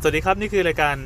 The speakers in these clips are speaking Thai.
สวัสดีครับ นี่คือรายการ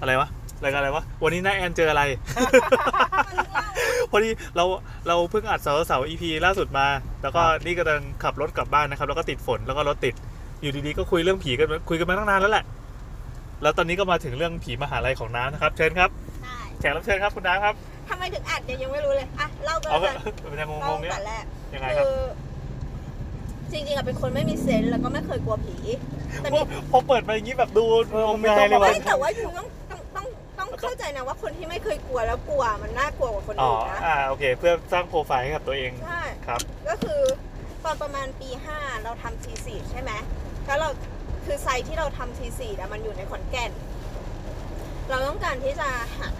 อะไรวะรายการอะไรวะวันนี้น้าแอนเจออะไร พอดีเราเราเพิ่งอัดเสาร์เสาร์อีพีล่าสุดมา แล้วก็นี่กำลังขับรถกลับบ้านนะครับ แล้วก็ติดฝนแล้วก็รถติดอยู่ดีๆก็คุยเรื่องผีกันคุยกันมาตั้งนานแล้วแหละ แล้วตอนนี้ก็มาถึงเรื่องผีมหาลัยของน้านะครับ เชิญครับ ใช่ แขกรับเชิญครับคุณน้าครับ ทำไมถึงอัดเนี่ยยังไม่รู้เลย อ่ะ เล่ากัน เอา ก่อน เป็นยังง เล่าง ๆเนี่ย แต่แรก ยังไงครับ คือ จริงๆอะเป็นคนไม่มีเซนส์แล้วก็ไม่เคยกลัวผี แต่มี ว่าพอเปิดมาอย่างนี้แบบดูงงงายเลย ไม่ ว่ะ แต่ว่าอยู่ต้องต้องต้องต้องเข้าใจนะว่าคนที่ไม่เคยกลัวแล้วกลัวมันน่ากลัวกว่าคน อ๋อ อื่นนะ อ่า โอเค เพื่อสร้างโปรไฟล์ให้กับตัวเอง ใช่ ครับ ก็คือตอนประมาณปีห้าเราทำทีสี่ใช่ไหมแล้วเราคือไซต์ที่เราทำทีสี่ะมันอยู่ในขอนแก่น เราต้องการที่จะหา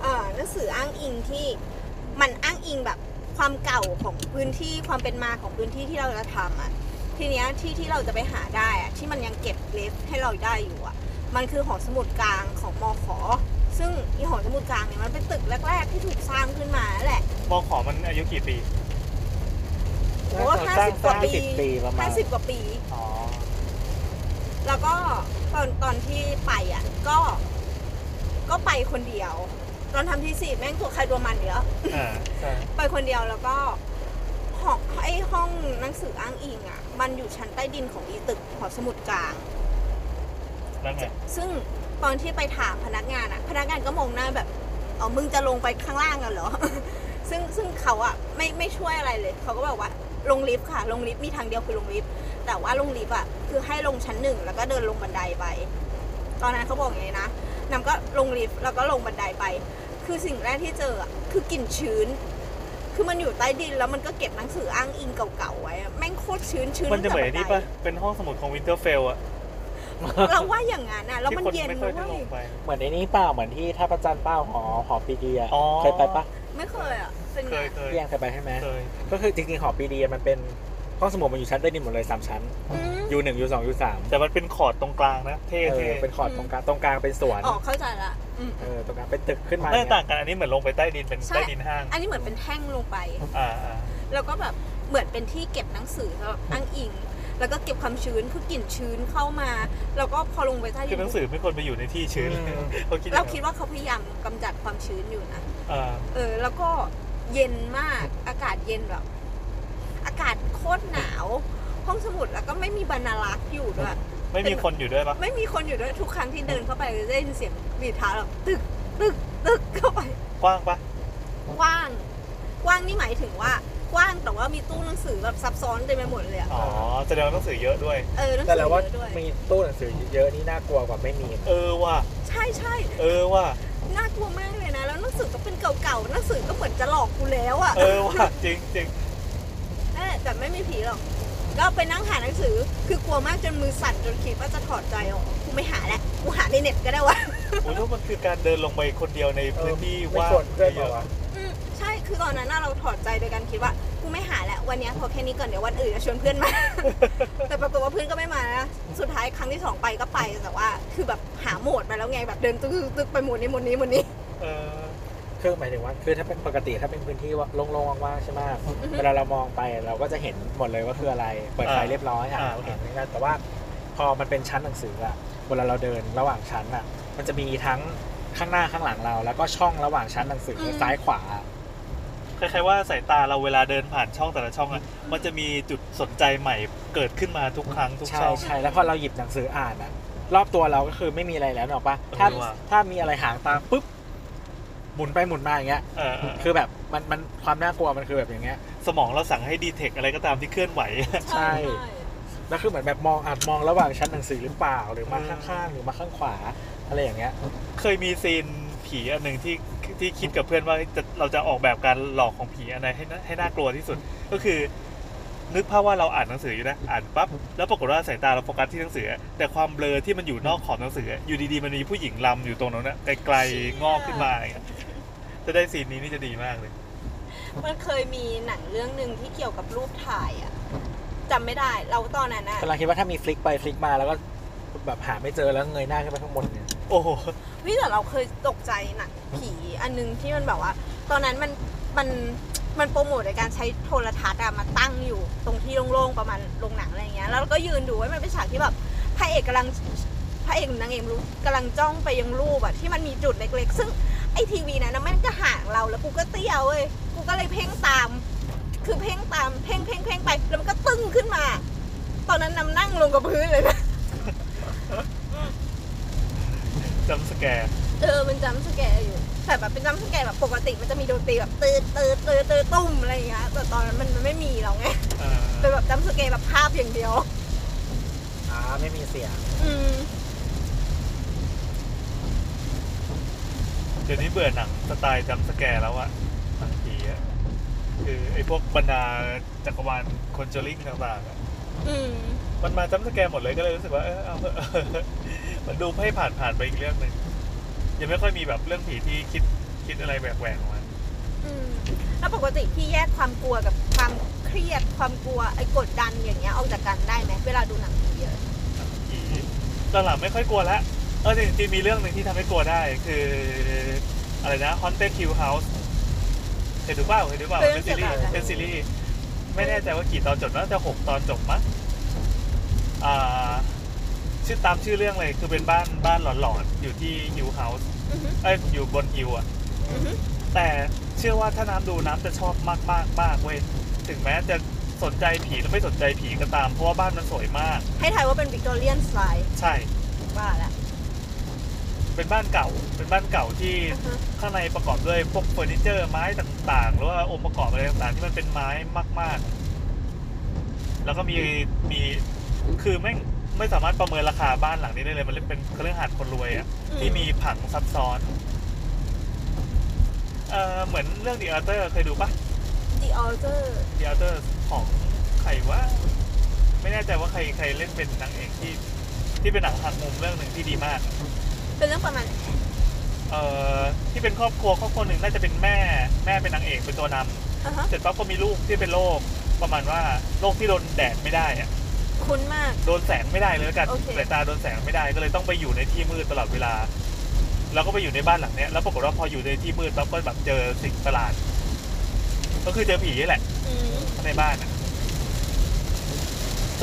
เอ่อหนังสืออ้างอิงที่มันอ้างอิงแบบความเก่าของพื้นที่ความเป็นมาของพื้นที่ที่เราจะทำอ่ะทีเนี้ยที่ที่เราจะไปหาได้อ่ะที่มันยังเก็บเลฟให้เราได้อยู่อ่ะมันคือหอสมุดกลางของมอขอ ซึ่งอีหอสมุดกลางเนี่ยมันเป็นตึกแรก ๆ ที่ถูกสร้างขึ้นมาแหละ มอขอมันอายุกี่ปี โอ้ห้าสิบก สร้า ว่าง ปี สิบปีประมา ห้า ณ สิบกว่าปี อ๋อ แล้วก็ตอนตอนที่ไปอ่ะก็ ก็ไปคนเดียว ตอนทำที่สี่แม่งตัวใครตัวมันเดียว อ่า ใช่ ไปคนเดียวแล้วก็ห้องไอห้องหนังสืออ้างอิงอ่ะ มันอยู่ชั้นใต้ดินของอีตึกหอสมุดกลาง แล้วไง ซึ่งตอนที่ไปถามพนักงานอ่ะ พนักงานก็มองหน้าแบบเออมึงจะลงไปข้างล่างกันเหรอ ซึ่งซึ่งเขาอ่ะไม่ไม่ช่วยอะไรเลยเขาก็แบบว่าลงลิฟต์ค่ะลงลิฟต์มีทางเดียวคือลงลิฟต์แต่ว่าลงลิฟต์อ่ะคือให้ลงชั้นหนึ่งแล้วก็เดินลงบันไดไป ตอนนั้นเขาบอกอย่างนี้นะนำก็ลงลิฟต์แล้วก็ลงบันไดไป คือสิ่งแรกที่เจออะคือกลิ่นชื้น คือมันอยู่ใต้ดินแล้วมันก็เก็บหนังสืออ้างอิงเก่าๆไว้อะแม่งโคตรชื้นชื้น มันจะเหมือนไอ้นี่ปะ ตั้งแต่ เป็นห้องสมุดของวินเทอร์เฟลอะ บันไดเราว่าอย่างนั้นนะแล้ว ที่ มัน คน เย็น ไม่ค่อยด้ได้ล วย งไป เหมือนในนี้เปล่าเหมือนที่ท่าประจันเปล่าหอหอปีดีอะ อ๋อ เคยไปปะ ไม่เคยอ่ะ เป็น เค ไง ยเคย พี่ยังเคยไปใช่ไหม เคย ก็คือจริงๆหอปีดีมันเป็นห้องสมุดมันอยู่ชั้นใต้ดินหมดเลยสามชั้น อืม ยูหนึ่งยูสองยูสาม แต่มันเป็นคอร์ดตรงกลางนะ เท่ เอ ๆ อเป็นคอร์ดตรงกลางตรงกลางเป็นสวน อ๋อเข้าใจละอืม เออตรงกลางเป็นตึกขึ้นมา ไม่ต่างกัน อันนี้เหมือนลงไปใต้ดิน เป็น ใช่ ใต้ดินห้าง อันนี้เหมือนเป็นแท่งลงไป อ่าอ่า แล้วก็แบบเหมือนเป็นที่เก็บหนังสือสำหรับอ้างอิง แล้วก็เก็บความชื้นคือกลิ่นชื้นเข้ามา แล้วก็พอลงไปใต้ดิ คือหนังสือไม่ควรไปอยู่ในที่ชื้นเขาคิดอย่ เรา งนั้น คิดว่าเขาพยายามกำจัดความชื้นอยู่นะ อ่า เออ แล้วก็เย็นมาก อากาศเย็นแบบ อากาศโคตรหนาว ห้องสมุดแล้วก็ไม่มีบรรลักษ์อยู่ด้วย ไม่มีคนอยู่ด้วยปะ ไม่มีคนอยู่ด้วยทุกครั้งที่เดินเข้าไปจะได้ยินเสียงบีบเท้าแบบตึกตึกตึกเข้าไป กว้างปะ กว้าง กว้างนี่หมายถึงว่ากว้างแต่ว่ามีตู้หนังสือแบบซับซ้อนเต็มไปหมดเลยอะ อ๋อ แสดงว่าหนังสือเยอะด้วย เออหนังสื แต่ อเย เราว่า อะด้วย มีตู้หนังสือเยอะๆนี่น่ากลัวกว่าไม่มี เออว่ะ ใช่ใช่ เออว่ะ น่ากลัวมากเลยนะ แล้วหนังสือก็เป็นเก่าๆหนังสือก็เหมือนจะหลอกกูแล้วอะ เออว่ะ จริงจริง นั่นแหละแต่ไม่มีผีหรอกก็ไปนั่งหาหนังสือคือกลัวมากจนมือสั่นจนคิดว่าจะถอดใจออกกูไม่หาแล้วกูหาในเน็ตก็ได้วะ โอ้ยแล้วมันคือการเดินลงไปคนเดียวในพื้นที่ว่าง ไม่ชวนเพื่อน เย มา อะ วะ อืมใช่คือตอนนั้นน่ะเราถอดใจโดยการคิดว่ากูไม่หาแล้ววันเนี้ยพอแค่นี้ก่อนเดี๋ยววันอื่นจะชวนเพื่อนมา แต่ปรากฏว่าเพื่อนก็ไม่มานะ สุดท้ายครั้งที่สองไปก็ไป แต่ว่า คือแบบหาโหมดมาแล้วไงแบบเดินตึกตึกไปโหมดนี้โหมดนี้โหมดนี้ เออ คือหมายถึงว่าคือถ้าเป็นปกติถ้าเป็นพื้นที่ว่าโล่งๆว่างๆใช่ไหม อือฮึ เวลาเรามองไปเราก็จะเห็นหมดเลยว่าคืออะไรเปิดไฟ อ่า เรียบร้อยอ่ะ อ่า เราเห็นไม่ได้แต่ว่าพอมันเป็นชั้นหนังสืออ่ะเวลาเราเดินระหว่างชั้นอ่ะ มันจะมีทั้งข้างหน้าข้างหลังเรา แล้วก็ช่องระหว่างชั้นหนังสือซ้ายขวา คล้ายๆว่าสายตาเราเวลาเดินผ่านช่องแต่ละช่องอะมันจะมีจุดสนใจใหม่เกิดขึ้นมาทุกครั้งทุก ใช่ ช่อง ใช่แล้วพอเราหยิบหนังสืออ่านอ่ะรอบตัวเราก็คือไม่มีอะไรแล้วหรอกปะถ้า เออว่ะ ถ้ามีอะไรหางตามปุ๊บหมุนไปหมุนมาอย่างเงี้ย เออเออ คือแบบมันมันความน่ากลัวมันคือแบบอย่างเงี้ย สมองเราสั่งให้ดีเทคอะไรก็ตามที่เคลื่อนไหว ใช่ แล้วคือเหมือนแบบมองอาจมองระหว่างชั้นหนังสือหรือเปล่าหรือมาข้างๆหรือมาข้างขวาอะไรอย่างเงี้ย เคยมีซีนผีอันหนึ่งที่ที่คิดกับเพื่อนว่าจะเราจะออกแบบการหลอกของผีอันไหนให้น่าให้น่ากลัวที่สุด ก็คือ นึกภาพว่าเราอ่านหนังสืออยู่นะอ่านปั๊บแล้วปรากฏว่าสายตาเราโฟกัสที่หนังสือ แต่ความเบลอที่มันอยู่นอกขอบหนังสือ อยู่ดีๆมันมีผู้หญิงลำอยู่ตรงนั้นนะไกลๆงอกขึ้นมาอย่างเงี้ยจะได้ซีนนี้นี่จะดีมากเลย มันเคยมีหนังเรื่องหนึ่งที่เกี่ยวกับรูปถ่ายอะจำไม่ได้ เราตอนนั้นอะ กำลังคิดว่าถ้ามีฟลิกไปฟลิกมาแล้วก็แบบหาไม่เจอแล้วเงยหน้าขึ้นไปข้างบนเนี่ย โอ้โห พี่แต่เราเคยตกใจหนังผีอันหนึงที่มันแบบว่า ตอนนั้นมันมันมันโปรโมทในการใช้โทรทัศน์อะมาตั้งอยู่ตรงที่โล่งๆประมาณโรงหนังอะไรอย่างเงี้ย แล้วเราก็ยืนดูไว้ยมันเป็นฉากที่แบบพระเอกกำลังพ พระเอกหรือนางเอกไม่รู้กำลังจ้องไปยังรูปอะที่มันมีจุดเล็กๆ ซึ่งไอ้ทีวีนั้นนะมันก็ห่างเราแล้วกูก็เตี้ยวเว้ยกูก็เลยเพ่งตาม คือเพ่งตามเพ่งเพ่งเพ่งไปแล้วมันก็ตึ้งขึ้นมา ตอนนั้นนำนั่งลงกับพื้นเลยนะ จำสแกร์ เออ มันจำสแกร์อยู่ แต่แบบเป็นจำสแกร์แบบปกติมันจะมีดนตรีแบบตืดตืดตืดตืดตุ้มอะไรอย่างเงี้ย แต่ตอนนั้นมันมันไม่มีหรอกไง เออ เป็นแบบจำสแกร์แบบภาพอย่างเดียว อ่าไม่มีเสียง อืม เดี๋ยวนี้เบื่อหนังสไตล์จำสแกร์แล้วอะหนังผีอะคือไอ้พวกบรรดาจักรวาลคอนเจอริงต่างๆอะ อืม มันมาจำสแกร์หมดเลยก็เลยรู้สึกว่าเออเอาเถอะ มันดูให้ผ่านผ่านๆไปอีกเรื่องหนึ่งยังไม่ค่อยมีแบบเรื่องผีที่คิดคิดอะไรแหวกๆออกมา อืม แล้วปกติพี่แยกความกลัวกับความเครียด ความกลัว ไอ้กดดันอย่างเงี้ยออกจากกันได้ไหมเวลาดูหนังผีเยอะ ผีหลังๆไม่ค่อยกลัวละเออจริงๆมีเรื่องหนึ่งที่ทำให้กลัวได้คืออะไรนะ Haunted Hill House เห็นดูเปล่าเห็นดูเปล่า เรื่อเป็นงซีรีส์ เกี่ยวกับอะไร เป็นซีรีส์ไม่แน่ใจว่ากี่ตอนจบน่าจะหกตอนจบมั้งอ่าชื่อตามชื่อเรื่องเลยคือเป็นบ้านบ้านหลอนๆ อยู่ที่ Hill House อือฮึ เอ้ยอยู่บน Hill อ่ะ อือฮึ แต่เชื่อว่าถ้าน้ำดูน้ำจะชอบมากมากมากๆๆเว้ยถึงแม้จะสนใจผีหรือไม่สนใจผีก็ตาม เพราะว่าบ้านมันสวยมาก ให้ทายว่าเป็นวิกตอเรียนสไลด์ ใช่ ว่าละ เป็นบ้านเก่า เป็นบ้านเก่าที่ อือฮึ ข้างในประกอบด้วยพวกเฟอร์นิเจอร์ไม้ต่างๆ หรือว่าองค์ประกอบอะไรต่างๆที่มันเป็นไม้มาก ๆ แล้วก็มีมีคือแม่งไม่สามารถประเมินราคาบ้านหลังนี้ได้เลย มันเป็นเครื่องหัดคนรวยอะที่มีผังซับซ้อน เอ่อเหมือนเรื่อง The Other เคยดูปะ ดีออเจอร์ The Other ของใครวะไม่แน่ใจว่าใครใครเล่นเป็นนางเอกที่ ที่เป็นหนังหักมุมเรื่องหนึ่งที่ดีมาก เป็นเรื่องประมาณไหน เอ่อที่เป็นครอบครัวครอบครัวหนึ่งน่าจะเป็นแม่แม่เป็นนางเอกเป็นตัวนำ อือฮะ เสร็จปั๊บก็มีลูกที่เป็นโรคประมาณว่าโรคที่โดนแดดไม่ได้อะ คุ้นมาก โดนแสงไม่ได้เลยแล้วกัน โอเค สายตาโดนแสงไม่ได้ก็เลยต้องไปอยู่ในที่มืดตลอดเวลา แล้วก็ไปอยู่ในบ้านหลังเนี้ยแล้วปรากฏว่าพออยู่ในที่มืดปั๊บก็แบบเจอสิ่งประหลาด ก็คือเจอผีนี่แหละ อืม ในบ้านอะ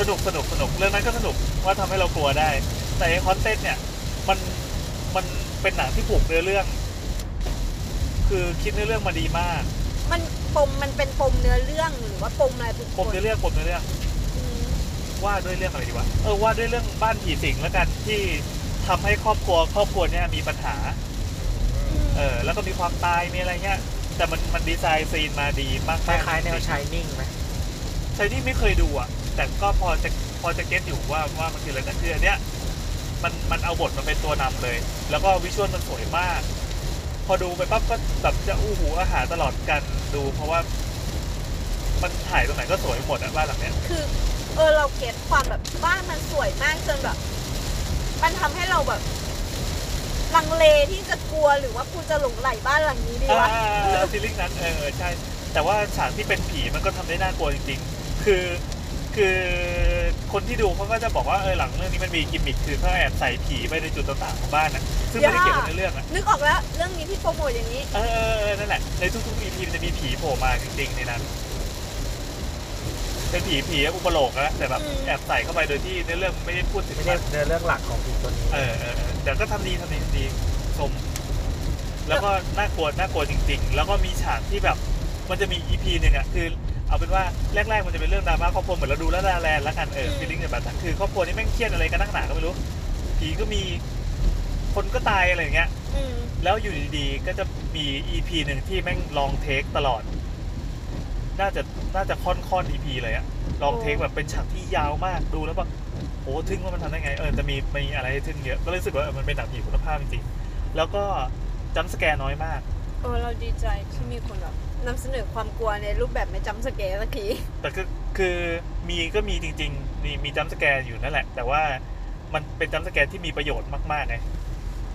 สนุกสนุกสนุกเรื่องนั้นก็สนุกว่าทำให้เรากลัวได้ แต่คอนเทนต์เนี่ยมันมันเป็นหนังที่ผูกเนื้อเรื่อง คือคิดเนื้อเรื่องมาดีมาก มันปมมันเป็นปมเนื้อเรื่องหรือว่าปมอะไรบุคค ปม ล เนื้อเรื่องปมเนื้อเรื่อง อืม ว่าด้วยเรื่องอะไรดีวะเออว่าด้วยเรื่องบ้านผีสิงแล้วกันที่ทำให้ครอบครัวครอบครัวเนี่ยมีปัญหาเออแล้วก็มีความตายมีอะไรเงี้ยแต่มันมันดีไซน์ซีนมาดีมาก คล้ายๆแนวชายนิ่งไหม ใช่ที่ไม่เคยดูอ่ะ แต่ก็พอจะพอจะเก็ตอยู่ว่าว่ามันคืออะไรแต่คืออันเนี้ยมันมันเอาบทมาเป็นตัวนำเลย แล้วก็วิชวลมันสวยมาก พอดูไปปั๊บก็แบบจะอู้หูอาหารตลอดกันดู เพราะว่า มันถ่ายตรงไหนก็สวยหมดอะบ้านหลังเนี้ย คือ เออ เราเก็ตความแบบบ้านมันสวยมากจนแบบ มันทำให้เราแบบลังเลที่จะกลัวหรือว่ากูจะหลงไหลบ้านหลังนี้ดีวะ ซีรีส์นั้นเออใช่ แต่ว่าฉากที่เป็นผีมันก็ทำได้น่ากลัวจริงๆ คือคือคนที่ดูเขาก็จะบอกว่าเออหลังเรื่องนี้มันมีกิมมิคคือเขาแอบใส่ผีไปในจุดต่างๆของบ้านอ่ะซึ่งไม่ได้เกี่ยวกับเนื้อเรื่องอ่ะ นึกออกแล้ว เรื่องนี้ที่โปรโมทอย่างนี้ เออเออเออนั่นแหละในทุกๆ EP มันจะมีผีโผล่มาจริงๆในนั้น เป็นผีผีอุปโลกนะแต่แบบ อืม แอบใส่เข้าไปโดยที่เนื้อเรื่องไม่ได้พูดถึง ไม่ น ได้เนื้อเรื่องหลักของผีตัวนี้ เออเออเออแต่ก็ทำดีทำดีทำดีชม แล้วก็น่ากลัวน่ากลัวจริง ๆ แล้วก็มีฉากที่แบบ มันจะมีอีพีหนึ่งอะคือ เอาเป็นว่าแรกๆมันจะเป็นเรื่องดราม่าครอบครัวเหมือนเราดูแล้วลาแลนด์แล้วกันเออฟีลลิ่งแบบนั้นคือครอบครัวนี่แม่งเครียดอะไรกันนักหนาก็ไม่รู้ผีก็มีคนก็ตายอะไรอย่างเงี้ย อืม แล้วอยู่ดีๆ ก็จะมี EP หนึ่งที่แม่งลองเทคตลอด น่าจะน่าจะค่อนค่อน EP เลยอะลองเทค โอ้ แบบเป็นฉากที่ยาวมากดูแล้วแบบโอ้ทึ่งว่ามันทำได้ไง เออจะมีมีอะไรให้ทึ่งเยอะก็เลยรู้สึกว่าเออมันเป็นหนังผีคุณภาพจริงๆ แล้วก็จัมป์สแกร์น้อยมาก เออ เราดีใจที่มีคนแบบนำเสนอความกลัวในรูปแบบไม่จำสเกลสักที แต่คือคือมีก็มีจริงๆ มีมีจัมป์สแกร์อยู่นั่นแหละ แต่ว่ามันเป็นจัมป์สแกร์ที่มีประโยชน์มากๆไง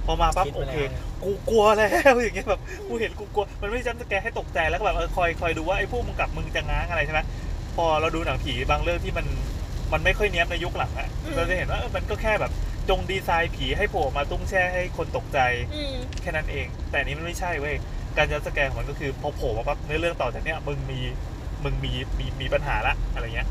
พอมาปั๊บ คิด โอ ไป เค แล้ว กูกลัวแล้ว อย่างเงี้ยแบบกูเห็นกูกลัวมันไม่ใช่จัมป์สแกร์ให้ตกใจแล้วก็แบบเออคอยคอยดูว่าไอ้พวกมึงกลับมึงจะง้างอะไรใช่ไหมพอเราดูหนังผีบางเรื่องที่มันมันไม่ค่อยเนี้ยบในยุคหลังอะ อืม เราจะเห็นว่าเออมันก็แค่แบบจงดีไซน์ผีให้โผล่มาตุ้งแช่ให้คนตกใจ อืม แค่นั้นเอง แต่อันนี้มันไม่ใช่เว้ย การจะสแกนของมันก็คือพอโผล่มาปั๊บในเรื่องต่อจากเนี้ยมึงมีมึงมีมีมีปัญหาละอะไรเงี้ย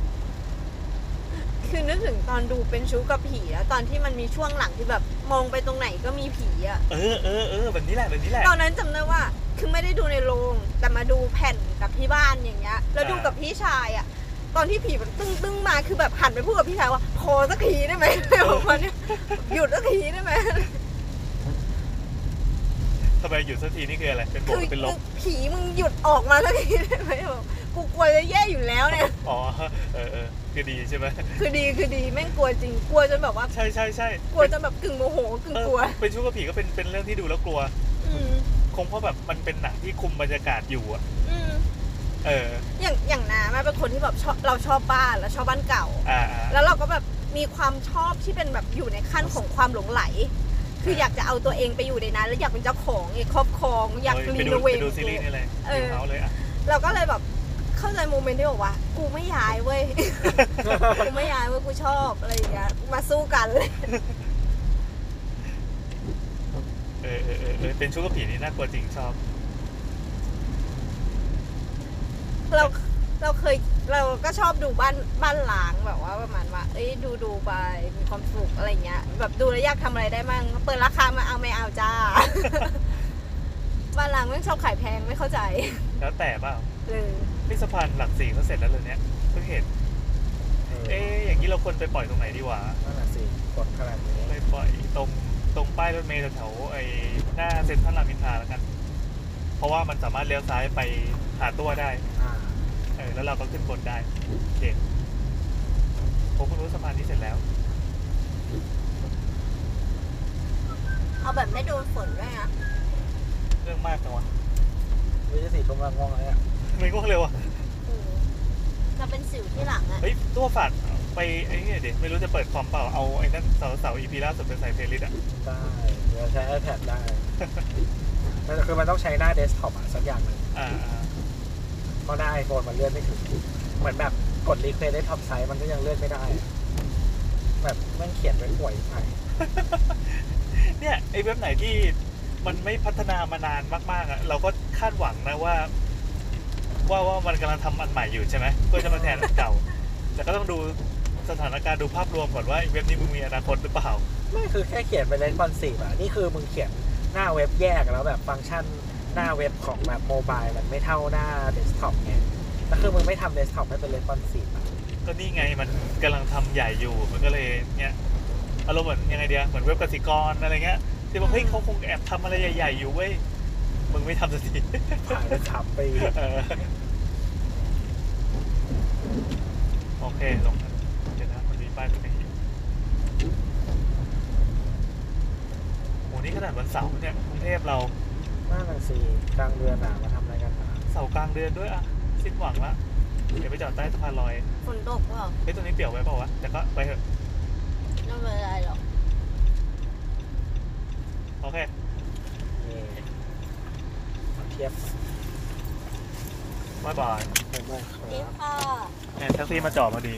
คือนึกถึงตอนดูเป็นชู้กับผีแล้วตอนที่มันมีช่วงหลังที่แบบมองไปตรงไหนก็มีผีอะ เออเออเออแบบนี้แหละแบบนี้แหละ ตอนนั้นจำได้ว่าคือไม่ได้ดูในโรงแต่มาดูแผ่นกับที่บ้านอย่างเงี้ยแล้วดู อ่า กับพี่ชายอะตอนที่ผีมันตึ้งตึ้งๆมาคือแบบหันไปพูดกับพี่ชายว่าพอสักทีได้ไหม บอกว่าเนี่ยหยุดสักทีได้ไหม ทำไมหยุดสักทีนี่คืออะไร เป็นบวกหคือ รือเป็นลบ ผีมึงหยุดออกมาสักทีได้ไหมบอกกูกลัวจะแย่อยู่แล้วเนี่ย อ๋อ เออเออคือดีใช่ไหม คือดีคือดีแม่งกลัวจริงกลัวจนแบบว่า ใช่ใช่ใช่ กลัวจนแบบกึ่งโมโหกึ่ง เออก ลัว เป็นชู้กับผีก็เป็นเป็นเรื่องที่ดูแล้วกลัว อืม คงเพราะแบบมันเป็นหนังที่คุมบรรยากาศอยู่อะ อืม เออ อย่างอย่างน้ำอะเป็นคนที่แบบชอบเราชอบบ้านแล้วชอบบ้านเก่า อ่า แล้วเราก็แบบมีความชอบที่เป็นแบบอยู่ในขั้นของความหลงไหล คืออยากจะเอาตัวเองไปอยู่ในนั้น แล้วอยากเป็นเจ้าของอยากครอบครอง อยาก เฮ้ รี ไปดู โนเว ไป ท ดูซีรีส์นี่เลย เออ นิวเฮาเลยอ่ะ เราก็เลยแบบเข้าใจโมเมนต์ที่บอกว่า กูไม่ย้ายเว้ย กูไม่ย้ายเว้ยกูชอบอะไรอย่างเงี้ยมาสู้กันเลย เออเออเออเออเป็นชู้กับผีนี่น่ากลัวจริงชอบ เราเราเคยเราก็ชอบดูบ้านบ้านหลางแบบว่าประมาณว่า เอ้ยดูดูไปมีความสุขอะไรเงี้ย แบบดูแล้วอยากทำอะไรได้มั่งเปิดราคามาเอาไม่เอาจ้า บ้านหลางแม่งชอบขายแพงไม่เข้าใจ แล้วแต่เปล่า เลย นี่สะพานหลักสี่เขาเสร็จแล้วเลยเนี้ยเพิ่งเห็น เอ เอ๊ะ อ อย่างนี้เราควรไปปล่อยตรงไหนดีวะ นั่นแหละสิกดขนาดนี้ ไปปล่อยตรงตรงป้ายรถเมล์แถวๆไอ้หน้าเซ็นทรัลรามอินทราแล้วกัน เพราะว่ามันสามารถเลี้ยวซ้ายไปหาตัวได้ อ่า เออแล้วเราก็ขึ้นบนได้โอเคผมเพิ่งรู้สะพานนี้เสร็จแล้ว เอาแบบไม่โดนฝนด้วยนะ เรื่องมากจังวะ วิธีสี่ทุ่มละง่วงแล้วเนี่ย ทำไม่ง่วงเร็วอ่ะ จะเป็นสิวที่หลังอะ เฮ้ยตัวฝาดไปไอ้เนี่ยเด็ไม่รู้จะเปิดคอมเปล่าเอาไอ้นั่นเสาเสาอีพีล่าสุดเป็นใส่เพลย์ลิสต์อ่ะ ได้เดี๋ยวใช้ iPad ได้ แต่คือมันต้องใช้หน้าเดสก์ท็อปอะสักอย่างหนึ่ง อ่าอ่า เพราะหน้า iPhone มันเลื่อนไม่ถึง เหมือนแบบกดรีเควสได้ท็อปไซส์มันก็ยังเลื่อนไม่ได้อะแบบแมันเขียนไว้ป่วยไป เนี่ยไอ้เว็บไหนที่มันไม่พัฒนามานานมากๆอ่ะเราก็คาดหวังนะว่า ว่าว่ามันกำลังทำอันใหม่อยู่ใช่ไหมเพื่อจะมาแทนอันเก่า แต่ก็ต้องดูสถานการณ์ดูภาพรวมก่อนว่าไอ้เว็บนี้มึงมีอนาคตหรือเปล่า ไม่คือแค่เขียนเป็น responsive อะนี่คือมึงเขียนหน้าเว็บแยกแล้วแบบฟังก์ชันหน้าเว็บของแบบโมบายมันไม่เท่าหน้าเดสก์ท็อปไงแล้วคือมึงไม่ทำเดสก์ท็อปให้เป็น responsive อะ ก็นี่ไงมันกำลังทำใหญ่อยู่มันก็เลยเนี่ยอารมณ์เหมือนยังไงเดียเหมือนเว็บกสิกรอะไรเงี้ยที่บอกเฮ้ยเขาคงแอบทำอะไรใหญ่ๆอยู่เว้ยมึงไม่ทำสักที ผ่านไปสามปี เออโอเค ลงนะเดี๋ยวนะมันมีป้ายตรงนี้โหนี่ขนาดวันเสาร์เนี่ยกรุงเทพเรา หน้าหนังสีกลางเดือนอะมาทำอะไรกันอะ เสาร์กลางเดือนด้วยอะสิ้นหวังละเดี๋ยวไปจอดใต้สะพานลอย ฝนตกเปล่า เฮ้ยตรงนี้เปี่ยวไว้เปล่าวะแต่ก็ไปเถอะ ไม่เป็นไรหรอก โอเค เย่เทียบ บ๊ายบาย ไปมากครั นี่ บ ค่ะ เนี่ยแท็กซี่มาจอดพอดี